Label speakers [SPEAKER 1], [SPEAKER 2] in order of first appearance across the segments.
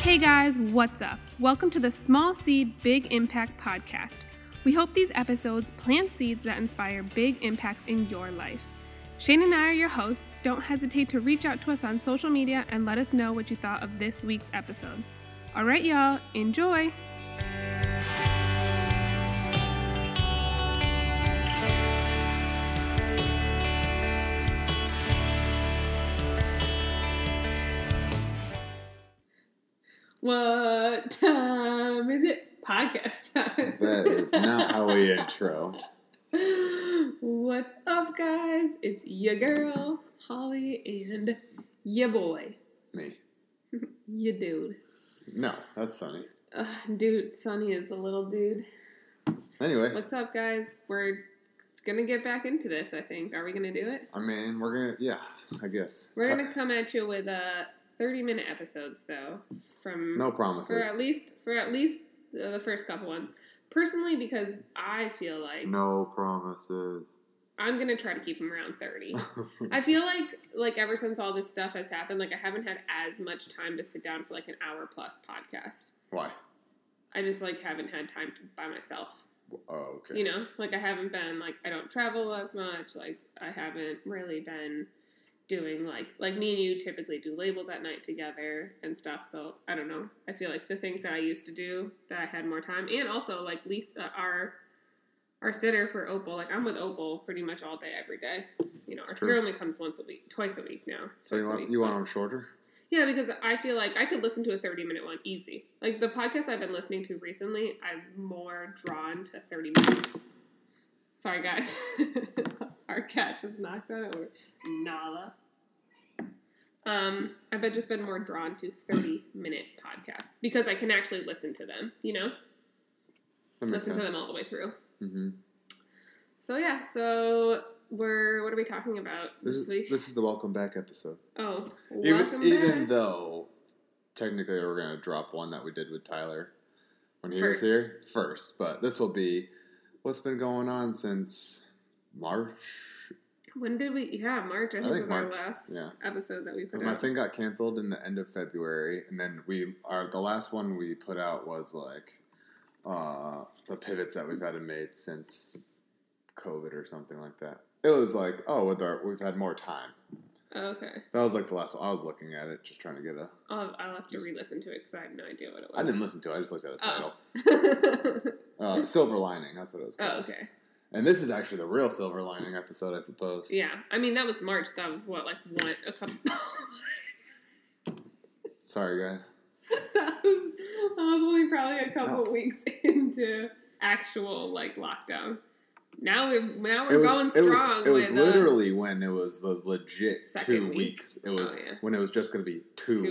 [SPEAKER 1] Hey guys, what's up? Welcome to the Small Seed Big Impact podcast. We hope these episodes plant seeds that inspire big impacts in your life. Shane and I are your hosts. Don't hesitate to reach out to us on social media and let us know what you thought of this week's episode. All right, y'all, enjoy. What time is it? Podcast time.
[SPEAKER 2] That is not how we intro.
[SPEAKER 1] What's up, guys? It's your girl, Holly, and your boy,
[SPEAKER 2] Me.
[SPEAKER 1] your dude.
[SPEAKER 2] No, that's funny.
[SPEAKER 1] Ugh, dude, Sonny is a little dude.
[SPEAKER 2] Anyway,
[SPEAKER 1] What's up, guys? We're gonna get back into this, I think. Are we gonna do it?
[SPEAKER 2] I mean, we're gonna, yeah, I guess.
[SPEAKER 1] We're gonna come at you with uh, 30 minute episodes, though, from
[SPEAKER 2] No promises.
[SPEAKER 1] for at least for at least uh, the first couple ones. Personally, because I feel like
[SPEAKER 2] No promises.
[SPEAKER 1] I'm gonna try to keep them around 30. I feel like like ever since all this stuff has happened, like I haven't had as much time to sit down for like an hour plus podcast.
[SPEAKER 2] Why?
[SPEAKER 1] I just like haven't had time to, by myself.
[SPEAKER 2] Oh, okay.
[SPEAKER 1] You know, like I haven't been like I don't travel as much. Like I haven't really been doing like like me and you typically do labels at night together and stuff. So I don't know. I feel like the things that I used to do that I had more time, and also like Lisa, uh, our our sitter for Opal. Like I'm with Opal pretty much all day every day. You know, our
[SPEAKER 2] True.
[SPEAKER 1] sitter only comes once a week, twice a week now.
[SPEAKER 2] so
[SPEAKER 1] twice
[SPEAKER 2] you
[SPEAKER 1] a
[SPEAKER 2] want,
[SPEAKER 1] week.
[SPEAKER 2] you want them shorter?
[SPEAKER 1] Yeah, because I feel like I could listen to a 30 minute one easy. Like the podcast I've been listening to recently, I'm more drawn to 30 minutes. Sorry, guys. Our cat just knocked that over. Nala. Um, I've been- just been more drawn to 30 minute podcasts because I can actually listen to them, you know?
[SPEAKER 2] That
[SPEAKER 1] Listen to them all the way through.
[SPEAKER 2] hmm
[SPEAKER 1] So, yeah, so we're, what are we talking about this,
[SPEAKER 2] This, is,
[SPEAKER 1] week?
[SPEAKER 2] this is the welcome back episode.
[SPEAKER 1] oh,
[SPEAKER 2] Even,
[SPEAKER 1] welcome
[SPEAKER 2] even
[SPEAKER 1] back.
[SPEAKER 2] though technically we're gonna drop one that we did with Tyler when he
[SPEAKER 1] First.
[SPEAKER 2] was here first, but this will be what's been going on since March
[SPEAKER 1] When did we? Yeah, March. I think,
[SPEAKER 2] think
[SPEAKER 1] was
[SPEAKER 2] March,
[SPEAKER 1] our last
[SPEAKER 2] yeah.
[SPEAKER 1] episode that we put
[SPEAKER 2] My
[SPEAKER 1] out.
[SPEAKER 2] thing got canceled in the end of February, and then we our the last one we put out was like uh, the pivots that we've had to make since COVID or something like that. It was like oh, with our we've had more time.
[SPEAKER 1] Oh, okay,
[SPEAKER 2] That was like the last one. I was looking at it, just trying to get a.
[SPEAKER 1] I'll, I'll have to re-listen to it because I have no idea what it was.
[SPEAKER 2] I didn't listen to it. I just looked at the
[SPEAKER 1] Oh.
[SPEAKER 2] title. Uh, silver lining. That's what it was called.
[SPEAKER 1] oh, okay.
[SPEAKER 2] And this is actually the real silver lining episode, I suppose.
[SPEAKER 1] Yeah, I mean that was March. That was what like one a couple.
[SPEAKER 2] Sorry, guys.
[SPEAKER 1] that was, I was only probably a couple weeks into actual like lockdown. Now we're now we're
[SPEAKER 2] it was,
[SPEAKER 1] going
[SPEAKER 2] it
[SPEAKER 1] strong.
[SPEAKER 2] was- it was
[SPEAKER 1] with, uh,
[SPEAKER 2] literally when it was the legit
[SPEAKER 1] Second
[SPEAKER 2] two
[SPEAKER 1] week.
[SPEAKER 2] weeks. It was
[SPEAKER 1] Oh, yeah.
[SPEAKER 2] when it was just going to be two,
[SPEAKER 1] Two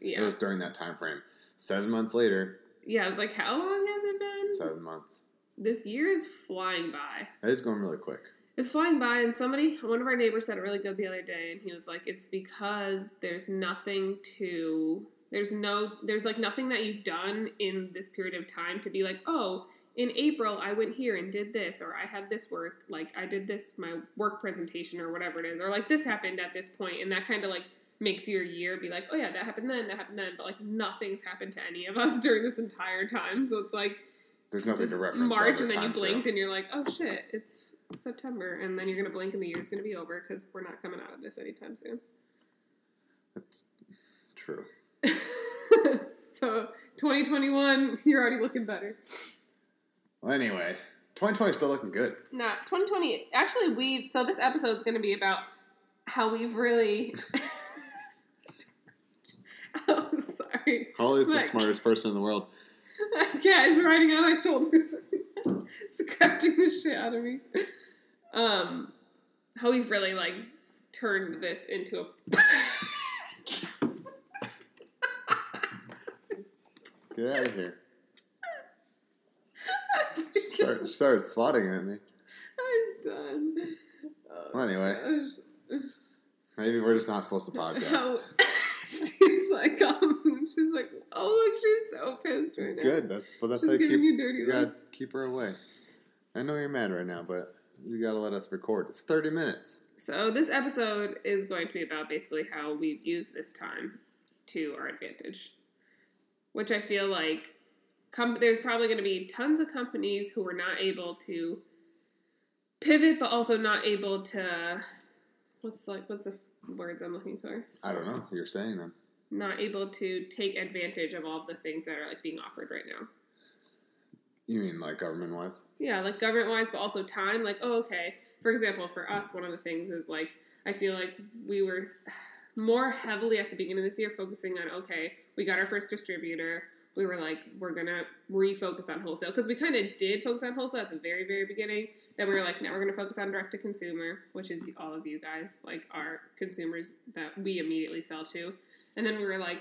[SPEAKER 1] weeks, yeah.
[SPEAKER 2] It was during that time frame. Seven months later,
[SPEAKER 1] yeah, I was like, how long has it been?
[SPEAKER 2] seven months.
[SPEAKER 1] This year is flying by.
[SPEAKER 2] It is going really quick.
[SPEAKER 1] It's flying by, and somebody, one of our neighbors said it really good the other day, and he was like, "It's because there's nothing to, there's no, there's like nothing that you've done in this period of time to be like, oh, in April I went here and did this, or I had this work, like I did this my work presentation or whatever it is, or like this happened at this point, and that kind of like makes your year be like, oh yeah, that happened then, that happened then, but like nothing's happened to any of us during this entire time, so it's like
[SPEAKER 2] There's nothing
[SPEAKER 1] just
[SPEAKER 2] to reference.
[SPEAKER 1] March,
[SPEAKER 2] other
[SPEAKER 1] and then you
[SPEAKER 2] time to.
[SPEAKER 1] blinked, and you're like, "Oh shit, it's September," and then you're gonna blink, and the year's gonna be over because we're not coming out of this anytime soon.
[SPEAKER 2] That's true.
[SPEAKER 1] so, 2021, you're already looking better.
[SPEAKER 2] Well, anyway, 2020 is still looking good.
[SPEAKER 1] Nah, 2020. Actually, we so this episode's gonna be about how we've really. I'm Oh, sorry.
[SPEAKER 2] Holly's the
[SPEAKER 1] Look.
[SPEAKER 2] smartest person in the world.
[SPEAKER 1] That cat is riding on my shoulders, scratching the shit out of me. Um, how we've really like turned this into a
[SPEAKER 2] Get out of here. Start, started swatting at me.
[SPEAKER 1] I'm done. Oh,
[SPEAKER 2] Well, anyway, maybe we're just not supposed to
[SPEAKER 1] gosh.
[SPEAKER 2] podcast.
[SPEAKER 1] How- she's like, um, she's like, oh look, she's so pissed right now.
[SPEAKER 2] Good. That's well. That's
[SPEAKER 1] She's
[SPEAKER 2] how you
[SPEAKER 1] giving
[SPEAKER 2] keep
[SPEAKER 1] you dirty
[SPEAKER 2] You gotta
[SPEAKER 1] looks.
[SPEAKER 2] keep her away. I know you're mad right now, but you gotta let us record. It's 30 minutes.
[SPEAKER 1] So this episode is going to be about basically how we've used this time to our advantage. which I feel like com- there's probably going to be tons of companies who are not able to pivot, but also not able to what's like what's the words I'm looking for?
[SPEAKER 2] I don't know. You're saying them.
[SPEAKER 1] Not able to take advantage of all the things that are like being offered right now.
[SPEAKER 2] You mean like government wise?
[SPEAKER 1] Yeah, like government wise, but also time. Like, oh, okay. For example, for us, one of the things is like I feel like we were more heavily at the beginning of this year focusing on okay, we got our first distributor. We were like, we're gonna refocus on wholesale because we kind of did focus on wholesale at the very, very beginning. Then we were like, now we're gonna focus on direct to consumer, which is all of you guys, like our consumers that we immediately sell to. And then we were like,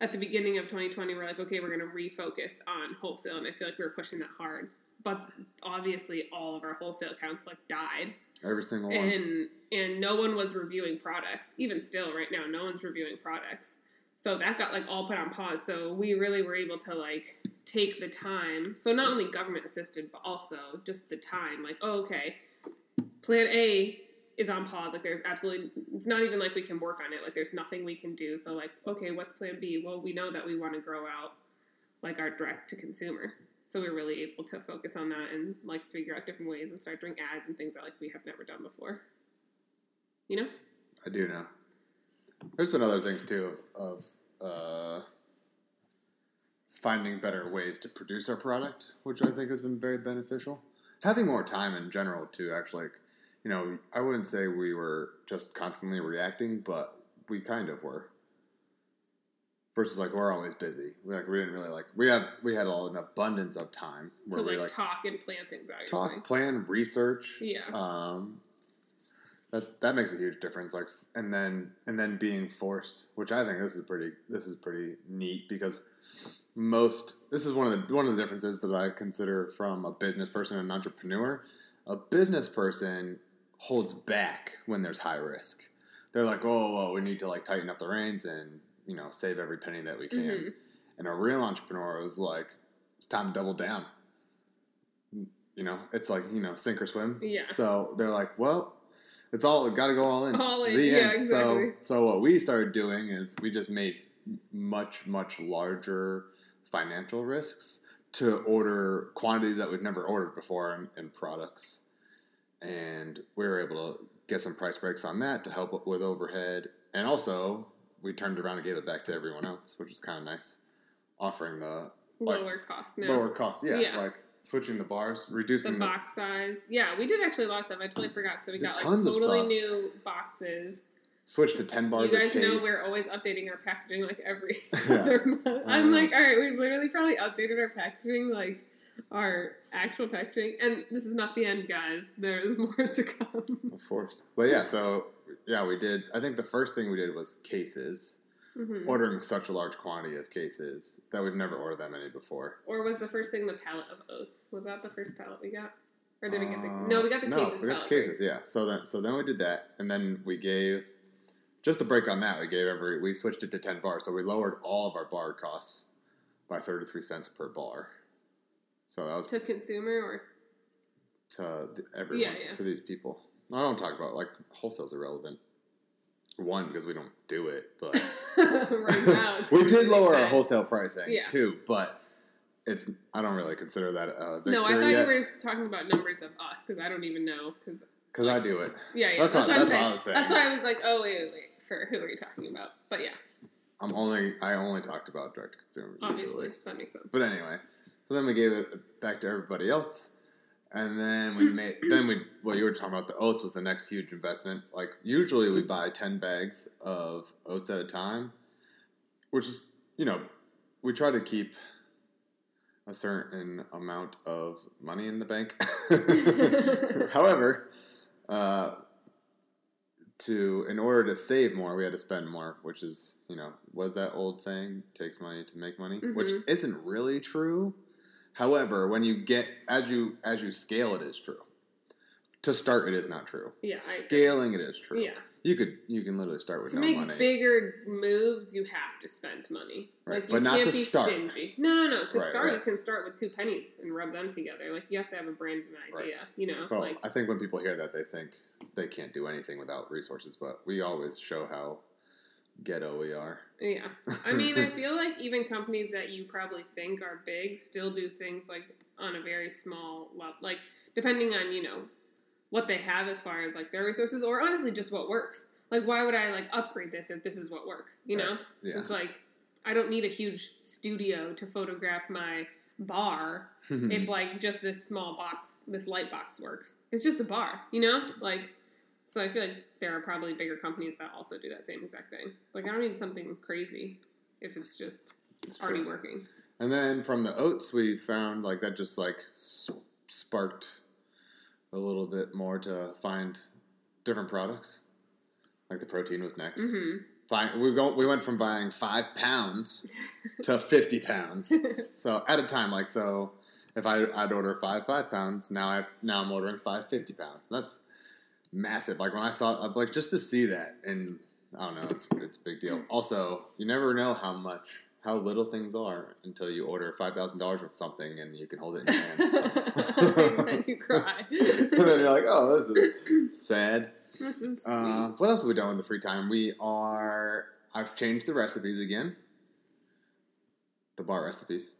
[SPEAKER 1] at the beginning of 2020, we're like, okay, we're gonna refocus on wholesale, and I feel like we were pushing that hard. But obviously, all of our wholesale accounts like died
[SPEAKER 2] Every single one.
[SPEAKER 1] and and no one was reviewing products even still right now no one's reviewing products so that got like all put on pause so we really were able to like take the time so not only government assisted but also just the time like oh, okay plan a is on pause like there's absolutely it's not even like we can work on it like there's nothing we can do so like okay what's plan b well we know that we want to grow out like our direct to consumer so we are really able to focus on that and like figure out different ways and start doing ads and things that like we have never done before. You know?
[SPEAKER 2] I do know. There's been other things too of, of uh, finding better ways to produce our product, which I think has been very beneficial. Having more time in general too, actually. Like, you know, I wouldn't say we were just constantly reacting, but we kind of were. Versus like we're always busy. We like we didn't really like we have we had all an abundance of time
[SPEAKER 1] to
[SPEAKER 2] where we
[SPEAKER 1] like,
[SPEAKER 2] like
[SPEAKER 1] talk and plan things out. You're saying.
[SPEAKER 2] talk, plan, research.
[SPEAKER 1] Yeah.
[SPEAKER 2] Um, that that makes a huge difference. Like, and then and then being forced, which I think this is pretty this is pretty neat because most this is one of the one of the differences that I consider from a business person and an entrepreneur. A business person holds back when there's high risk. They're like, oh, well, we need to like tighten up the reins and you know save every penny that we can.
[SPEAKER 1] Mhm.
[SPEAKER 2] And a real entrepreneur is like, it's time to double down. You know, it's like you know sink or swim.
[SPEAKER 1] Yeah.
[SPEAKER 2] So they're like, well, it's all got to go all in.
[SPEAKER 1] All in,
[SPEAKER 2] The
[SPEAKER 1] yeah,
[SPEAKER 2] end. So-
[SPEAKER 1] exactly.
[SPEAKER 2] So what we started doing is we just made much much larger financial risks to order quantities that we've never ordered before in, in products, and we were able to get some price breaks on that to help with overhead, and also we turned around and gave it back to everyone else, which was kind of nice, offering the like,
[SPEAKER 1] Lower cost now.
[SPEAKER 2] lower cost. Yeah,
[SPEAKER 1] Yeah.
[SPEAKER 2] like switching the bars,
[SPEAKER 1] the
[SPEAKER 2] reducing the,
[SPEAKER 1] box size. Yeah, we did actually a lot of stuff. I totally forgot. So we
[SPEAKER 2] Did
[SPEAKER 1] got like
[SPEAKER 2] tons of
[SPEAKER 1] totally
[SPEAKER 2] stuff.
[SPEAKER 1] new boxes.
[SPEAKER 2] switch to ten bars.
[SPEAKER 1] you guys
[SPEAKER 2] a
[SPEAKER 1] know
[SPEAKER 2] case.
[SPEAKER 1] we're always updating our packaging like every
[SPEAKER 2] Yeah. Uh-huh.
[SPEAKER 1] other month. I'm
[SPEAKER 2] know.
[SPEAKER 1] like, all right, we've literally probably updated our packaging, like our actual packaging. And this is not the end, guys. There's more to come.
[SPEAKER 2] Of course. But yeah, so yeah, we did. I think the first thing we did was cases,
[SPEAKER 1] Mhm.
[SPEAKER 2] ordering such a large quantity of cases that we've never ordered that many before.
[SPEAKER 1] Or was the first thing the palette of oats? Was that the first palette we got? Or did we get the
[SPEAKER 2] Uh,
[SPEAKER 1] no? We got the cases.
[SPEAKER 2] we got the
[SPEAKER 1] palette
[SPEAKER 2] cases.
[SPEAKER 1] first.
[SPEAKER 2] Yeah. So then, so then we did that, and then we gave just a break on that. We gave every we switched it to ten bars, so we lowered all of our bar costs by thirty three cents per bar. So that was
[SPEAKER 1] To consumer or
[SPEAKER 2] to th- everyone
[SPEAKER 1] Yeah, yeah.
[SPEAKER 2] to these people. I don't talk about like wholesale's irrelevant. One because we don't do it, but.
[SPEAKER 1] right now. it's
[SPEAKER 2] we
[SPEAKER 1] gonna
[SPEAKER 2] did
[SPEAKER 1] be
[SPEAKER 2] lower our
[SPEAKER 1] dead.
[SPEAKER 2] wholesale pricing
[SPEAKER 1] Yeah.
[SPEAKER 2] too, but it's I don't really consider that a victory
[SPEAKER 1] No, I thought
[SPEAKER 2] yet
[SPEAKER 1] you were talking about numbers of us because I don't even know. Because
[SPEAKER 2] because I do it.
[SPEAKER 1] yeah, yeah,
[SPEAKER 2] That's
[SPEAKER 1] that's,
[SPEAKER 2] what-
[SPEAKER 1] what,
[SPEAKER 2] that's what
[SPEAKER 1] I'm
[SPEAKER 2] I was saying.
[SPEAKER 1] That's why I was like, oh wait, wait, wait, for who are you talking about? But yeah,
[SPEAKER 2] I'm only I only talked about direct to consumer
[SPEAKER 1] obviously
[SPEAKER 2] usually,
[SPEAKER 1] that makes sense.
[SPEAKER 2] but anyway, so then we gave it back to everybody else, and then we made then we well you were talking about the oats was the next huge investment. Like usually we buy ten bags of oats at a time, which is you know we try to keep. A certain amount of money in the bank. However, uh, to in order to save more, we had to spend more, which is you know was that old saying takes money to make money, which
[SPEAKER 1] Mhm.
[SPEAKER 2] isn't really true. However, when you get as you as you scale, it is true. To start, it is not true.
[SPEAKER 1] Yeah, I agree.
[SPEAKER 2] scaling it is true.
[SPEAKER 1] Yeah.
[SPEAKER 2] you could you can literally start with
[SPEAKER 1] To
[SPEAKER 2] no
[SPEAKER 1] make
[SPEAKER 2] money.
[SPEAKER 1] bigger moves, you have to spend money.
[SPEAKER 2] Right,
[SPEAKER 1] Like,
[SPEAKER 2] but
[SPEAKER 1] you
[SPEAKER 2] not
[SPEAKER 1] can't
[SPEAKER 2] to
[SPEAKER 1] be
[SPEAKER 2] start.
[SPEAKER 1] stingy. No, no, no. To
[SPEAKER 2] Right,
[SPEAKER 1] start, you
[SPEAKER 2] right.
[SPEAKER 1] can start with two pennies and rub them together. Like you have to have a brand new idea. You know,
[SPEAKER 2] so
[SPEAKER 1] like
[SPEAKER 2] I think when people hear that, they think they can't do anything without resources. But we always show how ghetto we are.
[SPEAKER 1] Yeah. I mean, I feel like even companies that you probably think are big still do things like on a very small level, like depending on, you know, what they have as far as like their resources or honestly just what works. Like, why would I like upgrade this if this is what works? You know?
[SPEAKER 2] Yeah.
[SPEAKER 1] It's like, I don't need a huge studio to photograph my bar
[SPEAKER 2] Mm-hmm.
[SPEAKER 1] if like just this small box, this light box works. It's just a bar, you know? Like so I feel like there are probably bigger companies that also do that same exact thing. Like I don't need something crazy if it's just
[SPEAKER 2] It's
[SPEAKER 1] already
[SPEAKER 2] true.
[SPEAKER 1] working.
[SPEAKER 2] And then from the oats, we found like that just like s- sparked a little bit more to find different products. Like the protein was next.
[SPEAKER 1] hmm
[SPEAKER 2] Fi- we go, we went from buying five pounds to fifty pounds. So at a time, like so, if I I'd order five five pounds now I now I'm ordering five fifty pounds. That's massive. Like when I saw I'm like just to see that and I don't know it's it's a big deal. Also, you never know how much how little things are until you order five thousand dollars worth of something and you can hold it in your hands.
[SPEAKER 1] then you cry.
[SPEAKER 2] and then you're like, oh, this is sad.
[SPEAKER 1] this is sweet.
[SPEAKER 2] Uh, what else have we done in the free time? We are. I've changed the recipes again. The bar recipes.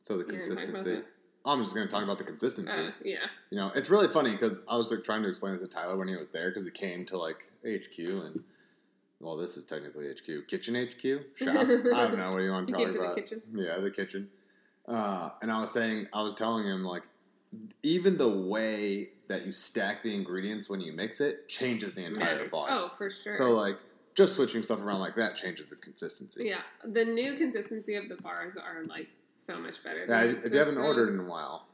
[SPEAKER 2] So the
[SPEAKER 1] You wanna talk about
[SPEAKER 2] consistency.
[SPEAKER 1] that?
[SPEAKER 2] I'm just going to talk about the consistency.
[SPEAKER 1] Uh, yeah.
[SPEAKER 2] You know, it's really funny because I was like trying to explain this to Tyler when he was there because he came to like HQ and well, this is technically HQ, kitchen HQ shop. I don't know what do you want
[SPEAKER 1] You
[SPEAKER 2] to talk
[SPEAKER 1] came to the
[SPEAKER 2] about.
[SPEAKER 1] kitchen.
[SPEAKER 2] Yeah, the kitchen. Uh, and I was saying, I was telling him like, even the way that you stack the ingredients when you mix it changes the entire
[SPEAKER 1] Matters.
[SPEAKER 2] bar.
[SPEAKER 1] Oh, for sure.
[SPEAKER 2] So uh, like, just switching stuff around like that changes the consistency.
[SPEAKER 1] yeah, the new consistency of the bars are like so much better.
[SPEAKER 2] Yeah,
[SPEAKER 1] They're-
[SPEAKER 2] if you
[SPEAKER 1] they're
[SPEAKER 2] haven't
[SPEAKER 1] so-
[SPEAKER 2] ordered in a while,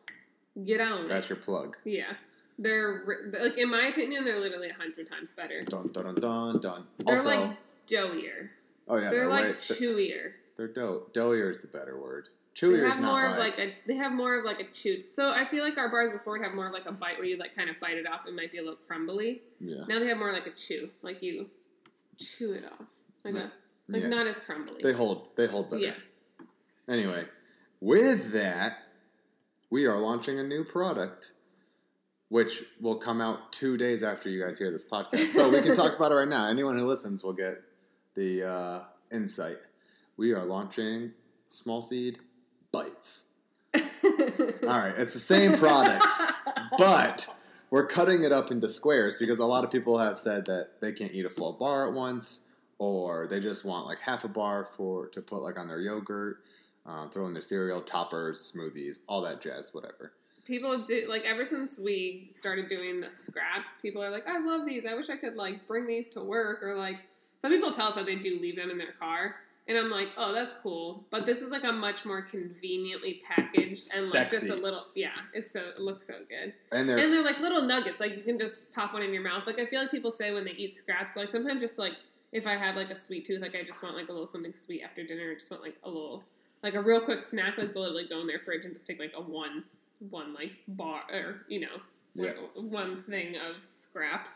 [SPEAKER 1] get on. it.
[SPEAKER 2] that's your plug.
[SPEAKER 1] Yeah, they're ri- like in my opinion, they're literally a hundred times better.
[SPEAKER 2] Dun dun dun dun dun.
[SPEAKER 1] They're
[SPEAKER 2] also,
[SPEAKER 1] like doughier.
[SPEAKER 2] oh yeah,
[SPEAKER 1] they're like
[SPEAKER 2] way-
[SPEAKER 1] chewier.
[SPEAKER 2] They're dough. Doughier is the better word.
[SPEAKER 1] They
[SPEAKER 2] Chewier is
[SPEAKER 1] have
[SPEAKER 2] not
[SPEAKER 1] more
[SPEAKER 2] like,
[SPEAKER 1] of like a they have more of like a chew. So I feel like our bars before would have more of like a bite where you like kind of bite it off. It might be a little crumbly.
[SPEAKER 2] yeah.
[SPEAKER 1] Now they have more like a chew, like you chew it off, like a, like
[SPEAKER 2] yeah.
[SPEAKER 1] not as crumbly.
[SPEAKER 2] They hold. They hold better.
[SPEAKER 1] yeah,
[SPEAKER 2] Anyway, with that, we are launching a new product, which will come out two days after you guys hear this podcast. So we can talk about it right now. Anyone who listens will get the uh, insight. We are launching small seed bites. All right, it's the same product, but we're cutting it up into squares because a lot of people have said that they can't eat a full bar at once, or they just want like half a bar for to put like on their yogurt, um, throw in their cereal, toppers, smoothies, all that jazz, whatever.
[SPEAKER 1] people do like ever since we started doing the scraps, people are like, I love these. I wish I could like bring these to work or like some people tell us that they do leave them in their car. And I'm like, oh, that's cool. But this is like a much more conveniently packaged and like
[SPEAKER 2] Sexy.
[SPEAKER 1] just a little, yeah. It's so it looks so good.
[SPEAKER 2] And they're
[SPEAKER 1] And they're like little nuggets. Like you can just pop one in your mouth. Like I feel like people say when they eat scraps, like sometimes just like if I have like a sweet tooth, like I just want like a little something sweet after dinner. I just want like a little, like a real quick snack. Like they'll like go in their fridge and just take like a one, one like bar or you know, like,
[SPEAKER 2] Yes.
[SPEAKER 1] one thing of scraps.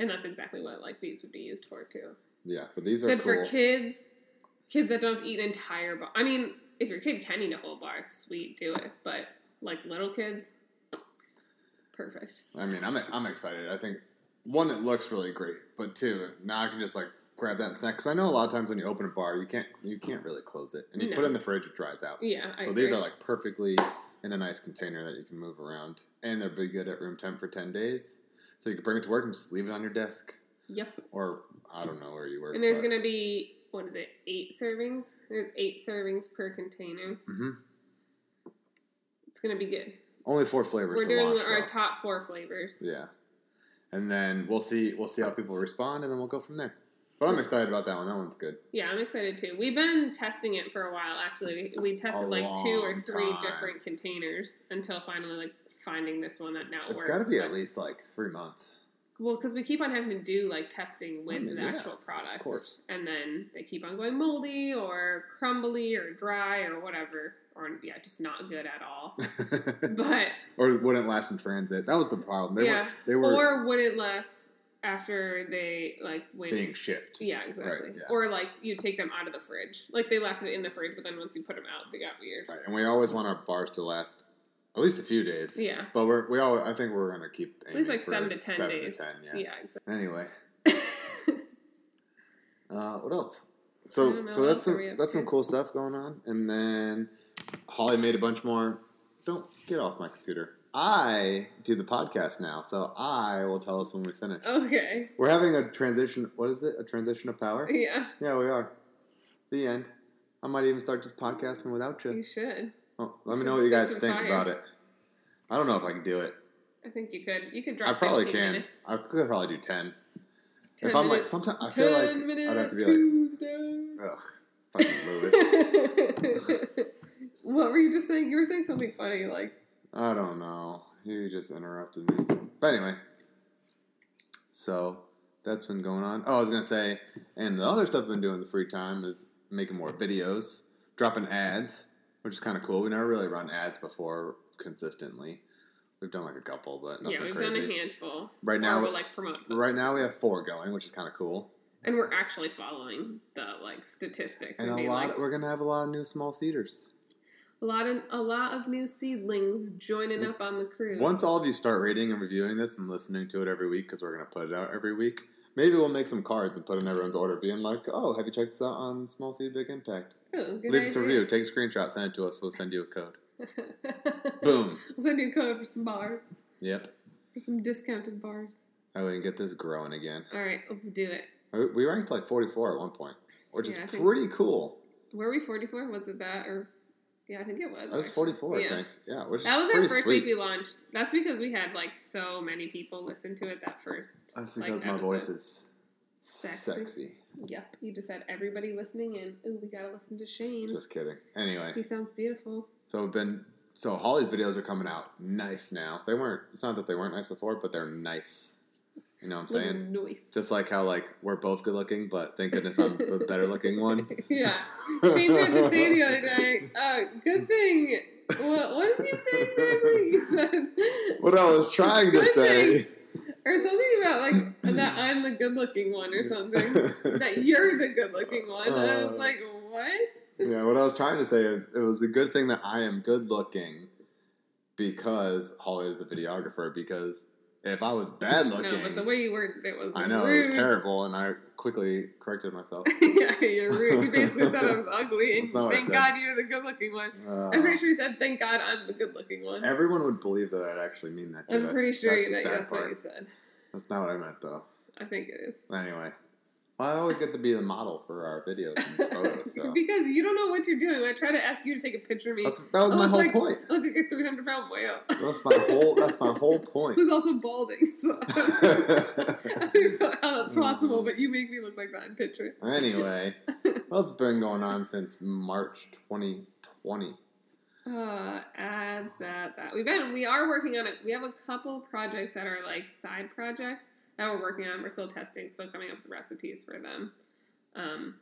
[SPEAKER 1] And that's exactly what like these would be used for too.
[SPEAKER 2] yeah, but these are
[SPEAKER 1] Good for
[SPEAKER 2] cool.
[SPEAKER 1] kids, kids that don't eat entire bar. I mean, if your kid can eat a whole bar, sweet, do it. But like little kids, perfect.
[SPEAKER 2] I mean, I'm I'm excited. I think one, it looks really great, but two, now I can just like grab that snack because I know a lot of times when you open a bar, you can't you can't really close it, and you
[SPEAKER 1] No.
[SPEAKER 2] put it in the fridge, it dries out.
[SPEAKER 1] Yeah. I
[SPEAKER 2] So these
[SPEAKER 1] agree.
[SPEAKER 2] are like perfectly in a nice container that you can move around, and they're pretty good at room temp for ten days. So you can bring it to work and just leave it on your desk,
[SPEAKER 1] Yep.
[SPEAKER 2] or I don't know where you work.
[SPEAKER 1] And there's
[SPEAKER 2] but-
[SPEAKER 1] gonna be what is it? Eight servings. There's eight servings per container.
[SPEAKER 2] Mhm.
[SPEAKER 1] It's gonna be good.
[SPEAKER 2] only four flavors.
[SPEAKER 1] We're
[SPEAKER 2] to
[SPEAKER 1] doing
[SPEAKER 2] launch,
[SPEAKER 1] our
[SPEAKER 2] though.
[SPEAKER 1] top four flavors.
[SPEAKER 2] yeah, and then we'll see we'll see how people respond, and then we'll go from there. But I'm excited about that one. That one's good.
[SPEAKER 1] Yeah, I'm excited too. We've been testing it for a while. Actually, we, we tested
[SPEAKER 2] A
[SPEAKER 1] like two or
[SPEAKER 2] long
[SPEAKER 1] three
[SPEAKER 2] time.
[SPEAKER 1] different containers until finally like finding this one that now
[SPEAKER 2] It's
[SPEAKER 1] works.
[SPEAKER 2] got to be
[SPEAKER 1] But-
[SPEAKER 2] at least like three months.
[SPEAKER 1] Well, because we keep on having to do like testing with
[SPEAKER 2] I mean,
[SPEAKER 1] the
[SPEAKER 2] yeah,
[SPEAKER 1] actual
[SPEAKER 2] of
[SPEAKER 1] product,
[SPEAKER 2] course.
[SPEAKER 1] and then they keep on going moldy or crumbly or dry or whatever, or yeah, just not good at all. but
[SPEAKER 2] or wouldn't last in transit. That was the problem. They
[SPEAKER 1] Yeah.
[SPEAKER 2] were they were
[SPEAKER 1] or would it last after they like went
[SPEAKER 2] being shipped.
[SPEAKER 1] yeah exactly
[SPEAKER 2] Right, yeah.
[SPEAKER 1] or like you take them out of the fridge like they lasted in the fridge but then once you put them out they got weird
[SPEAKER 2] Right, and we always want our bars to last at least a few days.
[SPEAKER 1] Yeah.
[SPEAKER 2] But we're we all I think we're gonna keep
[SPEAKER 1] at least
[SPEAKER 2] aiming
[SPEAKER 1] like
[SPEAKER 2] for
[SPEAKER 1] seven to ten
[SPEAKER 2] seven
[SPEAKER 1] days
[SPEAKER 2] To 10, yeah.
[SPEAKER 1] exactly
[SPEAKER 2] Anyway. uh, what else?
[SPEAKER 1] I don't
[SPEAKER 2] So
[SPEAKER 1] know,
[SPEAKER 2] so
[SPEAKER 1] what
[SPEAKER 2] that's
[SPEAKER 1] else are we
[SPEAKER 2] some,
[SPEAKER 1] up
[SPEAKER 2] that's some
[SPEAKER 1] to?
[SPEAKER 2] cool stuff going on. And then Holly made a bunch more. Don't get off my computer. I do the podcast now, so I will tell us when we finish.
[SPEAKER 1] Okay.
[SPEAKER 2] We're having a transition. What is it? A transition of power?
[SPEAKER 1] Yeah,
[SPEAKER 2] Yeah, we are. The end. I might even start this podcasting without
[SPEAKER 1] you
[SPEAKER 2] you.
[SPEAKER 1] should.
[SPEAKER 2] Oh, let me
[SPEAKER 1] should
[SPEAKER 2] know what you
[SPEAKER 1] set
[SPEAKER 2] guys
[SPEAKER 1] some
[SPEAKER 2] think
[SPEAKER 1] fire.
[SPEAKER 2] about it. I don't know if I can do it.
[SPEAKER 1] I think you could. You could drop.
[SPEAKER 2] I probably
[SPEAKER 1] 15
[SPEAKER 2] can.
[SPEAKER 1] Minutes.
[SPEAKER 2] I could probably do ten.
[SPEAKER 1] 10
[SPEAKER 2] if I'm like,
[SPEAKER 1] minutes-
[SPEAKER 2] sometimes I feel
[SPEAKER 1] ten
[SPEAKER 2] like I'd have
[SPEAKER 1] minutes
[SPEAKER 2] to be like,
[SPEAKER 1] Tuesday.
[SPEAKER 2] ugh, fucking Lewis.
[SPEAKER 1] what were you just saying? You were saying something funny, like
[SPEAKER 2] I don't know. He just interrupted me. But anyway, so that's been going on. Oh, I was gonna say, and the other stuff I've been doing in the free time is making more videos, dropping ads, which is kind of cool. We never really run ads before consistently. We've done like a couple, but nothing
[SPEAKER 1] yeah, we've
[SPEAKER 2] crazy.
[SPEAKER 1] done a handful.
[SPEAKER 2] Right
[SPEAKER 1] Or
[SPEAKER 2] now-
[SPEAKER 1] we'll like promote, posts.
[SPEAKER 2] Right now, we have four going, which is kind of cool.
[SPEAKER 1] and we're actually following the like statistics
[SPEAKER 2] And
[SPEAKER 1] and,
[SPEAKER 2] a
[SPEAKER 1] being
[SPEAKER 2] lot,
[SPEAKER 1] like
[SPEAKER 2] we're gonna have a lot of new small cedars.
[SPEAKER 1] a lot of a lot of new seedlings joining up on the cruise.
[SPEAKER 2] Once all of you start rating and reviewing this and listening to it every week, because we're going to put it out every week, maybe we'll make some cards and put in everyone's order, being like, oh, have you checked this out on Small Seed Big Impact?
[SPEAKER 1] Ooh, Oh, good
[SPEAKER 2] Leave us a
[SPEAKER 1] idea.
[SPEAKER 2] review, take a screenshot, send it to us, we'll send you a code. Boom.
[SPEAKER 1] I'll send you a code for some bars,
[SPEAKER 2] Yep.
[SPEAKER 1] for some discounted bars.
[SPEAKER 2] That way we can get this growing again.
[SPEAKER 1] All right, let's do it.
[SPEAKER 2] We- We ranked like 44 at one point, which
[SPEAKER 1] Yeah, I
[SPEAKER 2] is
[SPEAKER 1] think-
[SPEAKER 2] pretty cool.
[SPEAKER 1] Were we forty four? Was it that or? Yeah, I think it was.
[SPEAKER 2] That was
[SPEAKER 1] actually.
[SPEAKER 2] 44, I
[SPEAKER 1] Yeah.
[SPEAKER 2] think. Yeah, which
[SPEAKER 1] That
[SPEAKER 2] is
[SPEAKER 1] was our
[SPEAKER 2] pretty
[SPEAKER 1] first
[SPEAKER 2] sweet.
[SPEAKER 1] week we launched. That's because we had like so many people listen to it that first.
[SPEAKER 2] That's
[SPEAKER 1] like,
[SPEAKER 2] because my
[SPEAKER 1] episode.
[SPEAKER 2] voice is
[SPEAKER 1] Sexy.
[SPEAKER 2] sexy.
[SPEAKER 1] Yep. You just had everybody listening in. Ooh, we gotta listen to Shane.
[SPEAKER 2] Just kidding. Anyway.
[SPEAKER 1] he sounds beautiful.
[SPEAKER 2] So we've been so Holly's videos are coming out nice now. They weren't. It's not that they weren't nice before, but they're nice. You know what I'm saying?
[SPEAKER 1] Little noise.
[SPEAKER 2] Just like how like we're both good looking, but thank goodness I'm the better looking one.
[SPEAKER 1] yeah. Shane tried to say the other day, oh, good thing. What, what did you say exactly? You said,
[SPEAKER 2] What I was trying to
[SPEAKER 1] Good
[SPEAKER 2] say.
[SPEAKER 1] or something about like that I'm the good looking one or something. That you're the good looking one. And I
[SPEAKER 2] Uh,
[SPEAKER 1] was like, what?
[SPEAKER 2] yeah, what I was trying to say is it was a good thing that I am good looking because Holly is the videographer. Because if I was bad looking,
[SPEAKER 1] No, but the way you worded it was
[SPEAKER 2] I know
[SPEAKER 1] rude.
[SPEAKER 2] it was terrible, and I quickly corrected myself.
[SPEAKER 1] yeah, you're rude. You basically said I was ugly, and
[SPEAKER 2] That's not what I
[SPEAKER 1] thank
[SPEAKER 2] said.
[SPEAKER 1] God you're the good looking one.
[SPEAKER 2] Uh,
[SPEAKER 1] I'm pretty sure you said, thank God I'm the good looking one.
[SPEAKER 2] Everyone would believe that I'd actually mean that. too.
[SPEAKER 1] I'm
[SPEAKER 2] That's-
[SPEAKER 1] pretty sure
[SPEAKER 2] that's
[SPEAKER 1] that's,
[SPEAKER 2] the
[SPEAKER 1] that,
[SPEAKER 2] sad
[SPEAKER 1] that's what
[SPEAKER 2] part.
[SPEAKER 1] you said.
[SPEAKER 2] That's not what I meant, though.
[SPEAKER 1] I think it is.
[SPEAKER 2] Anyway, I always get to be the model for our videos and photos. So
[SPEAKER 1] because you don't know what you're doing. When I try to ask you to take a picture of me.
[SPEAKER 2] that's, that was
[SPEAKER 1] I
[SPEAKER 2] my
[SPEAKER 1] look
[SPEAKER 2] whole
[SPEAKER 1] like,
[SPEAKER 2] point.
[SPEAKER 1] I look like a 300 pound whale
[SPEAKER 2] That's my whole. That's my whole point.
[SPEAKER 1] who's also balding. So I don't know how that's
[SPEAKER 2] Mm.
[SPEAKER 1] possible, but you make me look like that in pictures.
[SPEAKER 2] anyway, what's been going on since March 2020?
[SPEAKER 1] Uh, ads that that we've been we are working on it. We have a couple projects that are like side projects that we're working on. We're still testing, still coming up with recipes for them, um,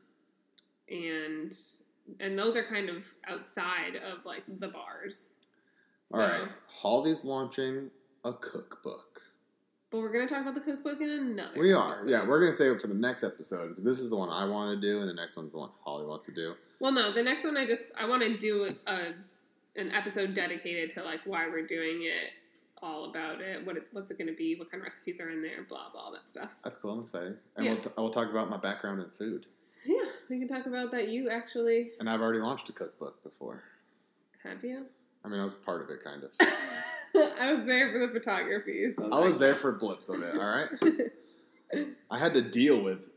[SPEAKER 1] and and those are kind of outside of like the bars.
[SPEAKER 2] All right, Holly's launching a cookbook.
[SPEAKER 1] but we're gonna talk about the cookbook in another.
[SPEAKER 2] We are.
[SPEAKER 1] episode.
[SPEAKER 2] Yeah, we're gonna save it for the next episode because this is the one I want to do, and the next one's the one Holly wants to do.
[SPEAKER 1] Well, no, the next one I just I want to do a an episode dedicated to like why we're doing it, all about it, what it's what's it gonna be, what kind of recipes are in there, blah blah all that stuff.
[SPEAKER 2] That's cool. I'm excited, and
[SPEAKER 1] Yeah.
[SPEAKER 2] we'll t- I will talk about my background in food.
[SPEAKER 1] Yeah, we can talk about that. You actually
[SPEAKER 2] And I've already launched a cookbook before.
[SPEAKER 1] have you?
[SPEAKER 2] I mean, I was part of it, kind of.
[SPEAKER 1] I was there for the photography. So
[SPEAKER 2] I was there for blips of it, all right? I had to deal with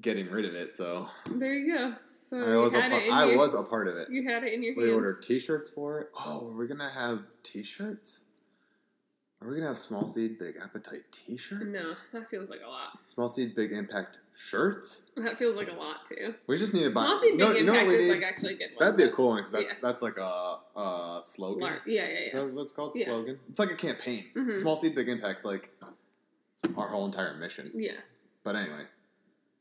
[SPEAKER 2] getting rid of it, so
[SPEAKER 1] There you go. So
[SPEAKER 2] I was,
[SPEAKER 1] Mm, you
[SPEAKER 2] a
[SPEAKER 1] had
[SPEAKER 2] par-
[SPEAKER 1] it in
[SPEAKER 2] I
[SPEAKER 1] your,
[SPEAKER 2] was a part of it.
[SPEAKER 1] You had it in your
[SPEAKER 2] We
[SPEAKER 1] hands.
[SPEAKER 2] ordered t shirts for it. Oh, are we going to have t shirts? Are we going to have small seed, big appetite t shirts?
[SPEAKER 1] No, that feels like a lot.
[SPEAKER 2] Small seed, big impact shirts?
[SPEAKER 1] That feels like a lot too.
[SPEAKER 2] We just need to buy.
[SPEAKER 1] Small seed big
[SPEAKER 2] no, you know what
[SPEAKER 1] impact
[SPEAKER 2] we
[SPEAKER 1] is
[SPEAKER 2] need?
[SPEAKER 1] like actually a good one.
[SPEAKER 2] That'd be a
[SPEAKER 1] but
[SPEAKER 2] cool one because that's,
[SPEAKER 1] Yeah.
[SPEAKER 2] that's like a, a slogan.
[SPEAKER 1] lar- Yeah, yeah,
[SPEAKER 2] Is
[SPEAKER 1] yeah.
[SPEAKER 2] that what it's called?
[SPEAKER 1] Yeah.
[SPEAKER 2] Slogan? It's like a campaign.
[SPEAKER 1] Mhm.
[SPEAKER 2] Small seed, big impact's like our whole entire mission.
[SPEAKER 1] Yeah.
[SPEAKER 2] But anyway,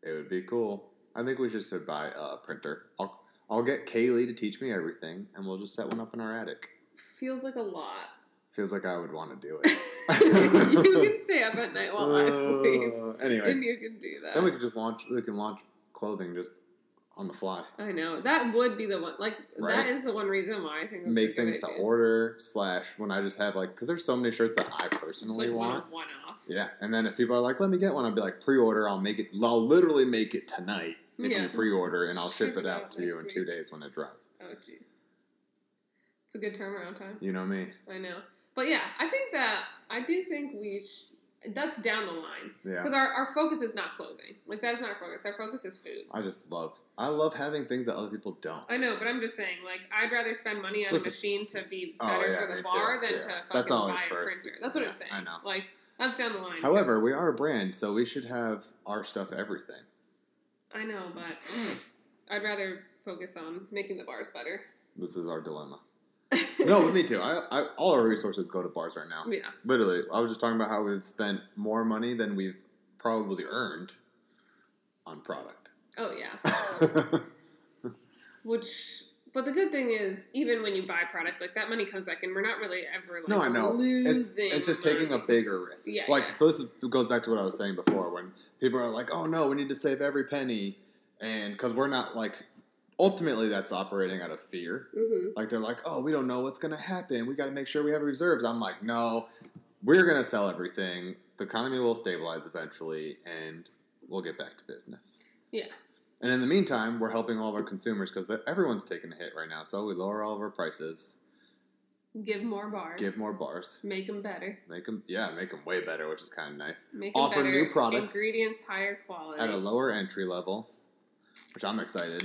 [SPEAKER 2] it would be cool. I think we should should buy a printer. I'll I'll get Kaylee to teach me everything, and we'll just set one up in our attic.
[SPEAKER 1] Feels like a lot.
[SPEAKER 2] Feels like I would want to do
[SPEAKER 1] you
[SPEAKER 2] it.
[SPEAKER 1] can stay up at night while I sleep.
[SPEAKER 2] Uh,
[SPEAKER 1] And
[SPEAKER 2] anyway,
[SPEAKER 1] you can do that.
[SPEAKER 2] then we could just launch. We can launch clothing just on the fly.
[SPEAKER 1] I know. That would be the one. Like,
[SPEAKER 2] Right?
[SPEAKER 1] that is the one reason why I think that's a
[SPEAKER 2] Make
[SPEAKER 1] good
[SPEAKER 2] things to
[SPEAKER 1] idea.
[SPEAKER 2] order slash when I just have like because there's so many shirts that I
[SPEAKER 1] Just
[SPEAKER 2] personally
[SPEAKER 1] like
[SPEAKER 2] want.
[SPEAKER 1] one off.
[SPEAKER 2] Yeah, and then if people are like, "Let me get one," I'll be like, "Pre-order. I'll make it. I'll literally make it tonight." if
[SPEAKER 1] Yeah.
[SPEAKER 2] you pre-order, and I'll ship
[SPEAKER 1] Ship
[SPEAKER 2] it out to you in
[SPEAKER 1] next
[SPEAKER 2] two
[SPEAKER 1] week.
[SPEAKER 2] days when it drops.
[SPEAKER 1] Oh, jeez. It's a good turnaround time.
[SPEAKER 2] You know me.
[SPEAKER 1] I know. But yeah, I think that, I do think we, sh- that's down the line.
[SPEAKER 2] Yeah.
[SPEAKER 1] Because our, our focus is not clothing. Like, that's not our focus. Our focus is food.
[SPEAKER 2] I just love. I love having things that other people don't.
[SPEAKER 1] I know, but I'm just saying, like, I'd rather spend money on
[SPEAKER 2] Listen.
[SPEAKER 1] a machine to be
[SPEAKER 2] Oh,
[SPEAKER 1] better
[SPEAKER 2] yeah,
[SPEAKER 1] for
[SPEAKER 2] me
[SPEAKER 1] the
[SPEAKER 2] too.
[SPEAKER 1] bar than
[SPEAKER 2] Yeah.
[SPEAKER 1] to fucking
[SPEAKER 2] That's always
[SPEAKER 1] buy a
[SPEAKER 2] first.
[SPEAKER 1] printer. That's what
[SPEAKER 2] Yeah,
[SPEAKER 1] I'm saying.
[SPEAKER 2] I know.
[SPEAKER 1] Like, that's down the line.
[SPEAKER 2] However, we are a brand, so we should have our stuff everything.
[SPEAKER 1] I know, but I'd rather focus on making the bars better.
[SPEAKER 2] This is our dilemma. no, me too. I, I all our resources go to bars right now.
[SPEAKER 1] Yeah.
[SPEAKER 2] Literally, I was just talking about how we've spent more money than we've probably earned on product.
[SPEAKER 1] Oh, yeah. Which, but the good thing is, even when you buy product, like, that money comes back and we're not really ever, like,
[SPEAKER 2] no, I know. It's,
[SPEAKER 1] losing.
[SPEAKER 2] it's just taking a
[SPEAKER 1] money.
[SPEAKER 2] bigger risk.
[SPEAKER 1] Yeah,
[SPEAKER 2] like
[SPEAKER 1] yeah.
[SPEAKER 2] so. This is, goes back to what I was saying before, when people are like, "Oh no, we need to save every penny," and because we're not like, ultimately, that's operating out of fear.
[SPEAKER 1] Mhm.
[SPEAKER 2] Like they're like, oh, we don't know what's gonna happen. We got to make sure we have reserves. I'm like, no, we're gonna sell everything. The economy will stabilize eventually, and we'll get back to business.
[SPEAKER 1] Yeah.
[SPEAKER 2] And in the meantime, we're helping all of our consumers because everyone's taking a hit right now. So we lower all of our prices,
[SPEAKER 1] Give more bars.
[SPEAKER 2] give more bars,
[SPEAKER 1] Make them better.
[SPEAKER 2] make them yeah, make them way better, which is kind of nice.
[SPEAKER 1] Make 'em
[SPEAKER 2] Offer
[SPEAKER 1] better.
[SPEAKER 2] new products
[SPEAKER 1] Ingredients higher quality.
[SPEAKER 2] at a lower entry level, which I'm excited.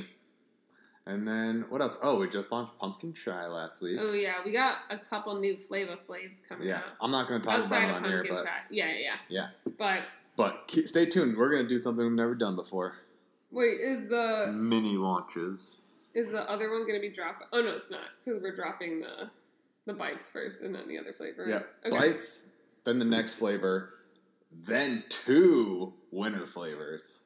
[SPEAKER 2] And then what else? Oh, we just launched pumpkin chai last week.
[SPEAKER 1] Oh yeah, we got a couple new Flava Flaves coming
[SPEAKER 2] yeah,
[SPEAKER 1] out
[SPEAKER 2] I'm not gonna talk
[SPEAKER 1] outside
[SPEAKER 2] about
[SPEAKER 1] of
[SPEAKER 2] it on here,
[SPEAKER 1] pumpkin
[SPEAKER 2] but.
[SPEAKER 1] chai. Yeah, yeah,
[SPEAKER 2] Yeah.
[SPEAKER 1] But
[SPEAKER 2] But keep, stay tuned. We're gonna do something we've never done before.
[SPEAKER 1] wait, is the
[SPEAKER 2] Mini launches.
[SPEAKER 1] is the other one gonna be dropped? Oh no, it's not because we're dropping the the bites first and then the other flavor.
[SPEAKER 2] Yeah,
[SPEAKER 1] Okay.
[SPEAKER 2] bites. Then the next flavor. Then two winter flavors.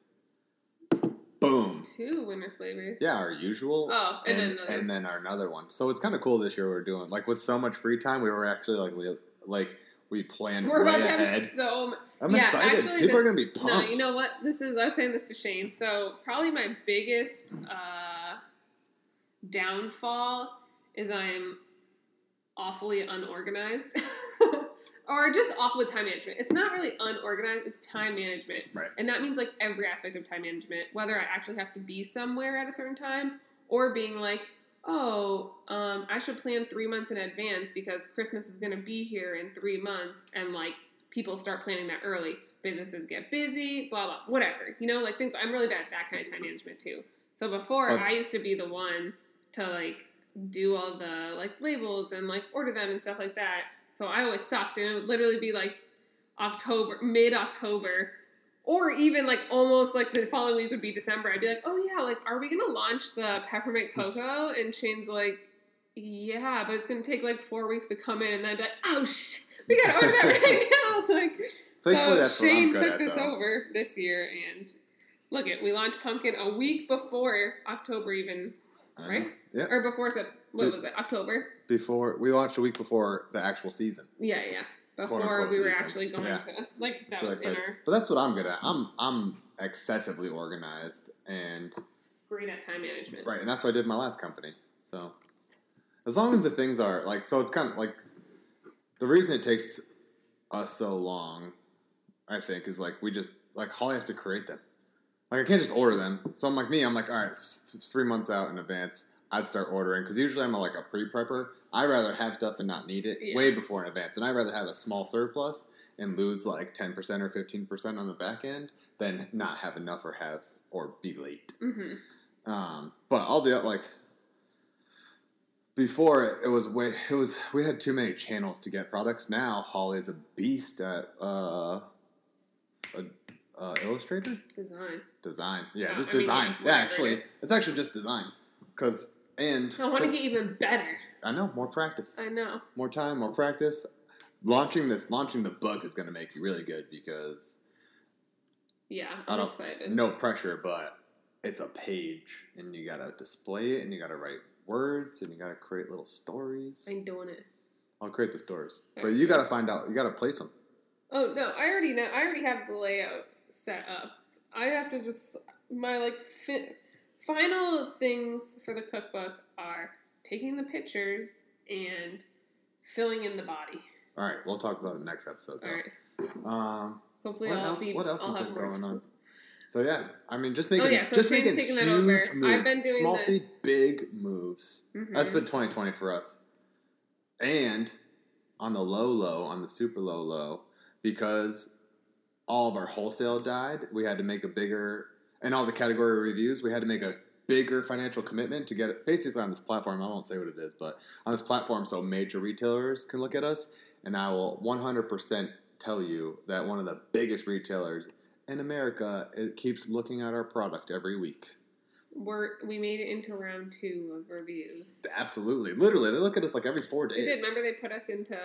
[SPEAKER 2] Boom.
[SPEAKER 1] Two winter flavors.
[SPEAKER 2] Yeah, our usual.
[SPEAKER 1] Oh, and then another.
[SPEAKER 2] and then our another one. So it's kind of cool this year we're doing like with so much free time. We were actually like we like we planned
[SPEAKER 1] We're
[SPEAKER 2] way
[SPEAKER 1] about to have
[SPEAKER 2] ahead.
[SPEAKER 1] so. mu-
[SPEAKER 2] I'm
[SPEAKER 1] yeah,
[SPEAKER 2] excited.
[SPEAKER 1] actually
[SPEAKER 2] People
[SPEAKER 1] this-
[SPEAKER 2] are gonna be
[SPEAKER 1] No,
[SPEAKER 2] pumped.
[SPEAKER 1] you know what? This is. I was saying this to Shane. So probably my biggest uh, downfall is I'm awfully unorganized, or just awful with time management. It's not really unorganized. It's time management,
[SPEAKER 2] Right.
[SPEAKER 1] And that means like every aspect of time management, whether I actually have to be somewhere at a certain time or being like. Oh, um, I should plan three months in advance because Christmas is going to be here in three months, and like people start planning that early. Businesses get busy, blah blah, whatever. You know, like things. I'm really bad at that kind of time management too. So before,
[SPEAKER 2] Oh.
[SPEAKER 1] I used to be the one to like do all the like labels and like order them and stuff like that. So I always sucked, and it would literally be like October, mid October, or even like almost like the following week would be December. I'd be like, oh yeah, like are we gonna launch the peppermint cocoa? And Shane's like, yeah, but it's gonna take like four weeks to come in, and then I'd be like, oh shit, we gotta order that right now. Like,
[SPEAKER 2] Thankfully,
[SPEAKER 1] so
[SPEAKER 2] that's
[SPEAKER 1] Shane
[SPEAKER 2] what I'm good
[SPEAKER 1] took
[SPEAKER 2] at,
[SPEAKER 1] this
[SPEAKER 2] though.
[SPEAKER 1] over this year, and look it, we launched pumpkin a week before October even,
[SPEAKER 2] I know.
[SPEAKER 1] right?
[SPEAKER 2] Uh-huh. Yeah.
[SPEAKER 1] Or before Sep- what was it? October?
[SPEAKER 2] Before we launched a week before the actual season.
[SPEAKER 1] Yeah, yeah. Before
[SPEAKER 2] unquote
[SPEAKER 1] we were
[SPEAKER 2] season.
[SPEAKER 1] actually going
[SPEAKER 2] Yeah.
[SPEAKER 1] to like that
[SPEAKER 2] That's what I
[SPEAKER 1] was in
[SPEAKER 2] said.
[SPEAKER 1] our
[SPEAKER 2] But that's what I'm good at. I'm I'm excessively organized and
[SPEAKER 1] great at time management.
[SPEAKER 2] right, and that's what I did my last company. So as long as the things are like so it's kind of like the reason it takes us so long, I think, is like we just like Holly has to create them. Like I can't just order them. So I'm like me, I'm like, all right, th- three months out in advance, I'd start ordering because usually I'm like a pre-prepper. I rather have stuff and not need it
[SPEAKER 1] Yeah.
[SPEAKER 2] way before in advance, and I rather have a small surplus and lose like ten percent or fifteen percent on the back end than not have enough or have or be late.
[SPEAKER 1] hmm
[SPEAKER 2] Um, but I'll do it like before it was way it was we had too many channels to get products. Now Holly's a beast at uh, uh, uh Illustrator
[SPEAKER 1] Design.
[SPEAKER 2] design. Yeah,
[SPEAKER 1] Oh,
[SPEAKER 2] just
[SPEAKER 1] I mean,
[SPEAKER 2] design.
[SPEAKER 1] yeah,
[SPEAKER 2] yeah,
[SPEAKER 1] whatever
[SPEAKER 2] actually,
[SPEAKER 1] it is.
[SPEAKER 2] it's actually just design. Cause and
[SPEAKER 1] I want to
[SPEAKER 2] 'cause-
[SPEAKER 1] get even better.
[SPEAKER 2] I know more practice,
[SPEAKER 1] I know.
[SPEAKER 2] more time, more practice. Launching this, launching the book is going to make you really good because
[SPEAKER 1] Yeah,
[SPEAKER 2] I
[SPEAKER 1] I'm
[SPEAKER 2] don't-
[SPEAKER 1] excited.
[SPEAKER 2] no pressure, but it's a page, and you got to display it, and you got to write words, and you got to create little stories.
[SPEAKER 1] I'm doing it.
[SPEAKER 2] I'll create the stories, but
[SPEAKER 1] Alright.
[SPEAKER 2] you got to find out. You got to place them.
[SPEAKER 1] Oh no, I already know. I already have the layout set up. I have to just my like fi- final things for the cookbook are taking the pictures and filling in the body.
[SPEAKER 2] All right, we'll talk about it next episode. Though.
[SPEAKER 1] All right.
[SPEAKER 2] Um,
[SPEAKER 1] Hopefully,
[SPEAKER 2] what
[SPEAKER 1] I'll
[SPEAKER 2] else?
[SPEAKER 1] be.
[SPEAKER 2] What else
[SPEAKER 1] I'll have
[SPEAKER 2] has been
[SPEAKER 1] more. Oh,
[SPEAKER 2] going on? So yeah, I mean, just making
[SPEAKER 1] yeah, so
[SPEAKER 2] just
[SPEAKER 1] Shane's
[SPEAKER 2] making
[SPEAKER 1] taking
[SPEAKER 2] huge
[SPEAKER 1] that over.
[SPEAKER 2] moves.
[SPEAKER 1] I've been doing
[SPEAKER 2] small
[SPEAKER 1] the-
[SPEAKER 2] C, big moves.
[SPEAKER 1] Mhm.
[SPEAKER 2] That's been 2020 for us. And on the low low, on the super low low, because all of our wholesale died, we had to make a bigger and all the category reviews, we had to make a bigger financial commitment to get it basically on this platform. I won't say what it is, but on this platform so major retailers can look at us. And I will 100% tell you that one of the biggest retailers in America it keeps looking at our product every week.
[SPEAKER 1] We're, we made it into round two of reviews.
[SPEAKER 2] Absolutely. Literally, they look at us like every four
[SPEAKER 1] You did
[SPEAKER 2] days.
[SPEAKER 1] remember they put us into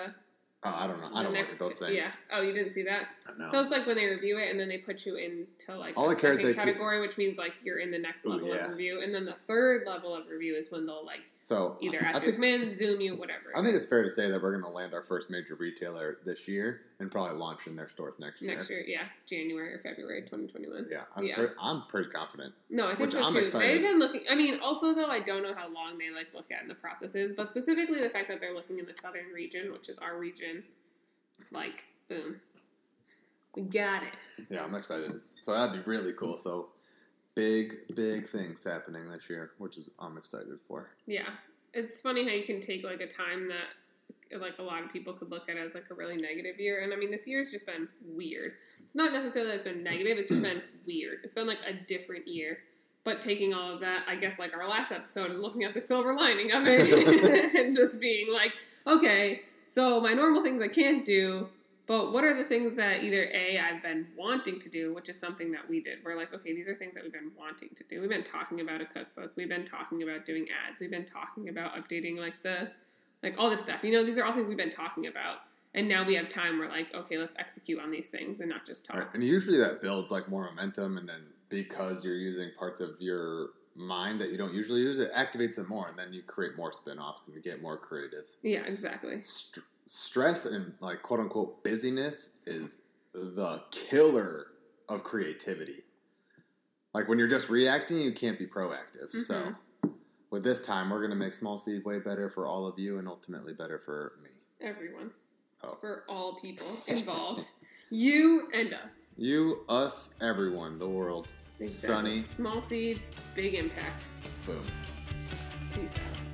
[SPEAKER 2] Oh, I don't know.
[SPEAKER 1] the
[SPEAKER 2] I don't look
[SPEAKER 1] next,
[SPEAKER 2] at those things.
[SPEAKER 1] Yeah. Oh, you didn't see that.
[SPEAKER 2] I know.
[SPEAKER 1] So it's like when they review it and then they put you into like
[SPEAKER 2] All
[SPEAKER 1] a
[SPEAKER 2] I care is
[SPEAKER 1] second
[SPEAKER 2] they keep-
[SPEAKER 1] category, which means like you're in the next
[SPEAKER 2] Ooh,
[SPEAKER 1] level
[SPEAKER 2] yeah.
[SPEAKER 1] of review, and then the third level of review is when they'll like
[SPEAKER 2] So
[SPEAKER 1] either
[SPEAKER 2] Oh, I
[SPEAKER 1] ask you
[SPEAKER 2] think,
[SPEAKER 1] to come in, zoom you, whatever.
[SPEAKER 2] I think it's fair to say that we're going to land our first major retailer this year and probably launch in their stores next year.
[SPEAKER 1] next year, yeah, January or February, twenty twenty one.
[SPEAKER 2] Yeah, I'm,
[SPEAKER 1] Yeah.
[SPEAKER 2] Pretty, I'm pretty confident.
[SPEAKER 1] No, I think
[SPEAKER 2] Which
[SPEAKER 1] so
[SPEAKER 2] I'm
[SPEAKER 1] too.
[SPEAKER 2] excited.
[SPEAKER 1] They've been looking. I mean, also though, I don't know how long they like look at in the processes, but specifically the fact that they're looking in the southern region, which is our region. Like, boom, we got it.
[SPEAKER 2] Yeah, I'm excited. So that'd be really cool. So big, big things happening this year, which is I'm excited for.
[SPEAKER 1] Yeah, it's funny how you can take like a time that like a lot of people could look at as like a really negative year, and I mean this year's just been weird. It's not necessarily that it's been negative; it's just been weird. It's been like a different year. But taking all of that, I guess, like our last episode and looking at the silver lining of it, and just being like, okay, so my normal things I can't do, but what are the things that either A, I've been wanting to do, which is something that we did. We're like, okay, these are things that we've been wanting to do. We've been talking about a cookbook. We've been talking about doing ads. We've been talking about updating like the, like all this stuff. You know, these are all things we've been talking about. And now we have time. We're like, okay, let's execute on these things and not just talk.
[SPEAKER 2] Right, And usually that builds like more momentum, and then because you're using parts of your mind that you don't usually use, it activates them more, and then you create more spin-offs and you get more creative.
[SPEAKER 1] Yeah, exactly.
[SPEAKER 2] St- stress and like quote unquote busyness is the killer of creativity. Like when you're just reacting, you can't be proactive. So
[SPEAKER 1] Mhm.
[SPEAKER 2] with this time, we're gonna make small seed way better for all of you, and ultimately better for me.
[SPEAKER 1] Everyone.
[SPEAKER 2] Oh.
[SPEAKER 1] For all people involved. you and us.
[SPEAKER 2] You, us, everyone, the world. Sunny.
[SPEAKER 1] Small seed, big impact.
[SPEAKER 2] Boom.
[SPEAKER 1] Peace out.